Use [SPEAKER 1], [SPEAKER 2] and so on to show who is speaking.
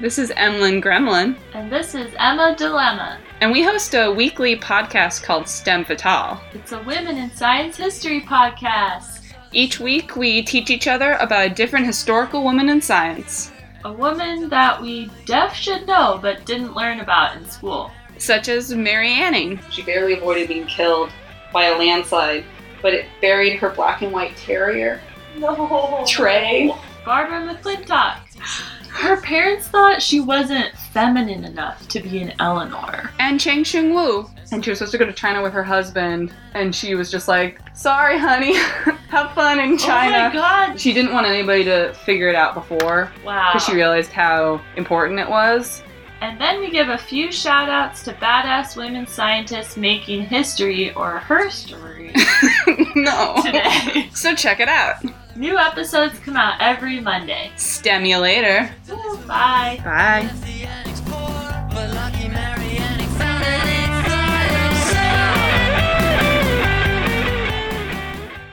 [SPEAKER 1] This is Emlyn Gremlin,
[SPEAKER 2] And this is Emma Dilemma.
[SPEAKER 1] and we host a weekly podcast called STEM Vital.
[SPEAKER 2] It's a women in science history podcast.
[SPEAKER 1] Each week, we teach each other about a different historical woman in science,
[SPEAKER 2] A woman that we deaf should know but didn't learn about in school.
[SPEAKER 1] such as Mary Anning. She barely avoided being killed by a landslide, but it buried her black and white terrier,
[SPEAKER 2] No.
[SPEAKER 1] Trey.
[SPEAKER 2] Barbara McClintock. Her parents thought she wasn't feminine enough to be an Eleanor.
[SPEAKER 1] and Chang Shung Wu. And she was supposed to go to China with her husband, and she was just like, sorry, honey, have fun in
[SPEAKER 2] Oh my
[SPEAKER 1] China.
[SPEAKER 2] god.
[SPEAKER 1] she didn't want anybody to figure it out before
[SPEAKER 2] Wow.
[SPEAKER 1] because she realized how important it was.
[SPEAKER 2] And then we give a few shout outs to badass women scientists making history or her story
[SPEAKER 1] no.
[SPEAKER 2] today.
[SPEAKER 1] So check it out.
[SPEAKER 2] New episodes come out every Monday.
[SPEAKER 1] Stemulator.
[SPEAKER 2] Bye.
[SPEAKER 1] Bye.
[SPEAKER 3] Fantasy